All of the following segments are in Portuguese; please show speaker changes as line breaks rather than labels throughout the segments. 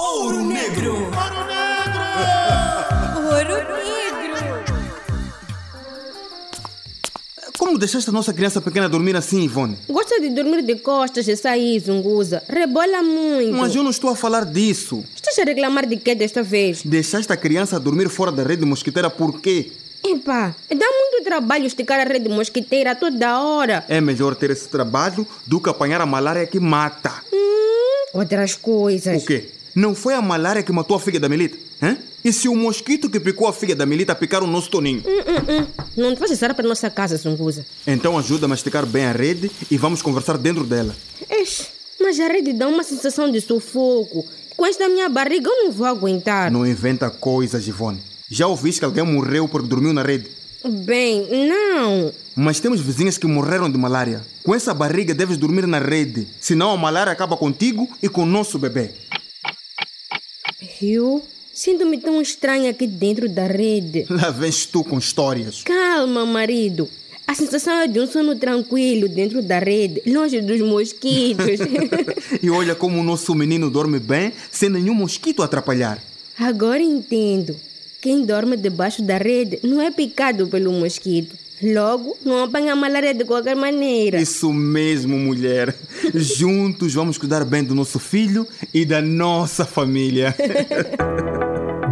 Ouro Negro. Ouro
Ouro Negro.
Como deixaste a nossa criança pequena dormir assim, Ivone?
Gosta de dormir de costas e sair, zunguza. Rebola muito.
Mas eu não estou a falar disso.
Estás a reclamar de quê desta vez?
Deixaste a criança dormir fora da rede mosquiteira por quê?
Epá, dá muito trabalho esticar a rede mosquiteira toda hora.
É melhor ter esse trabalho do que apanhar a malária que mata.
Outras coisas.
O quê? Não foi a malária que matou a filha da Melita? Hã? E se o mosquito que picou a filha da Melita picar o nosso Toninho?
Hum, hum, hum. Não te vais sair para nossa casa, zunguza.
Então ajuda-me a esticar bem a rede e vamos conversar dentro dela.
Ex, mas a rede dá uma sensação de sufoco. Com esta minha barriga eu não vou aguentar.
Não inventa coisas, Ivone. Já ouviste que alguém morreu porque dormiu na rede?
Bem, não.
Mas temos vizinhas que morreram de malária. Com essa barriga deves dormir na rede, senão a malária acaba contigo e com o nosso bebê.
Eu sinto-me tão estranha aqui dentro da rede.
Lá vens tu com histórias.
Calma, marido. A sensação é de um sono tranquilo dentro da rede, longe dos mosquitos.
E olha como o nosso menino dorme bem, sem nenhum mosquito atrapalhar.
Agora entendo. Quem dorme debaixo da rede não é picado pelo mosquito. Logo, não apanha malária de qualquer maneira.
Isso mesmo, mulher. Juntos vamos cuidar bem do nosso filho e da nossa família.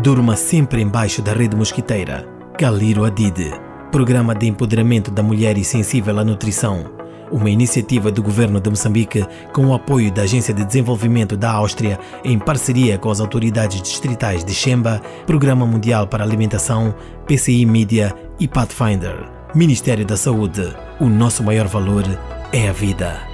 Durma sempre embaixo da rede mosquiteira. Caliro Adide, Programa de Empoderamento da Mulher e Sensível à Nutrição. Uma iniciativa do governo de Moçambique com o apoio da Agência de Desenvolvimento da Áustria em parceria com as autoridades distritais de Xemba, Programa Mundial para Alimentação, PCI Media e Pathfinder. Ministério da Saúde. O nosso maior valor é a vida.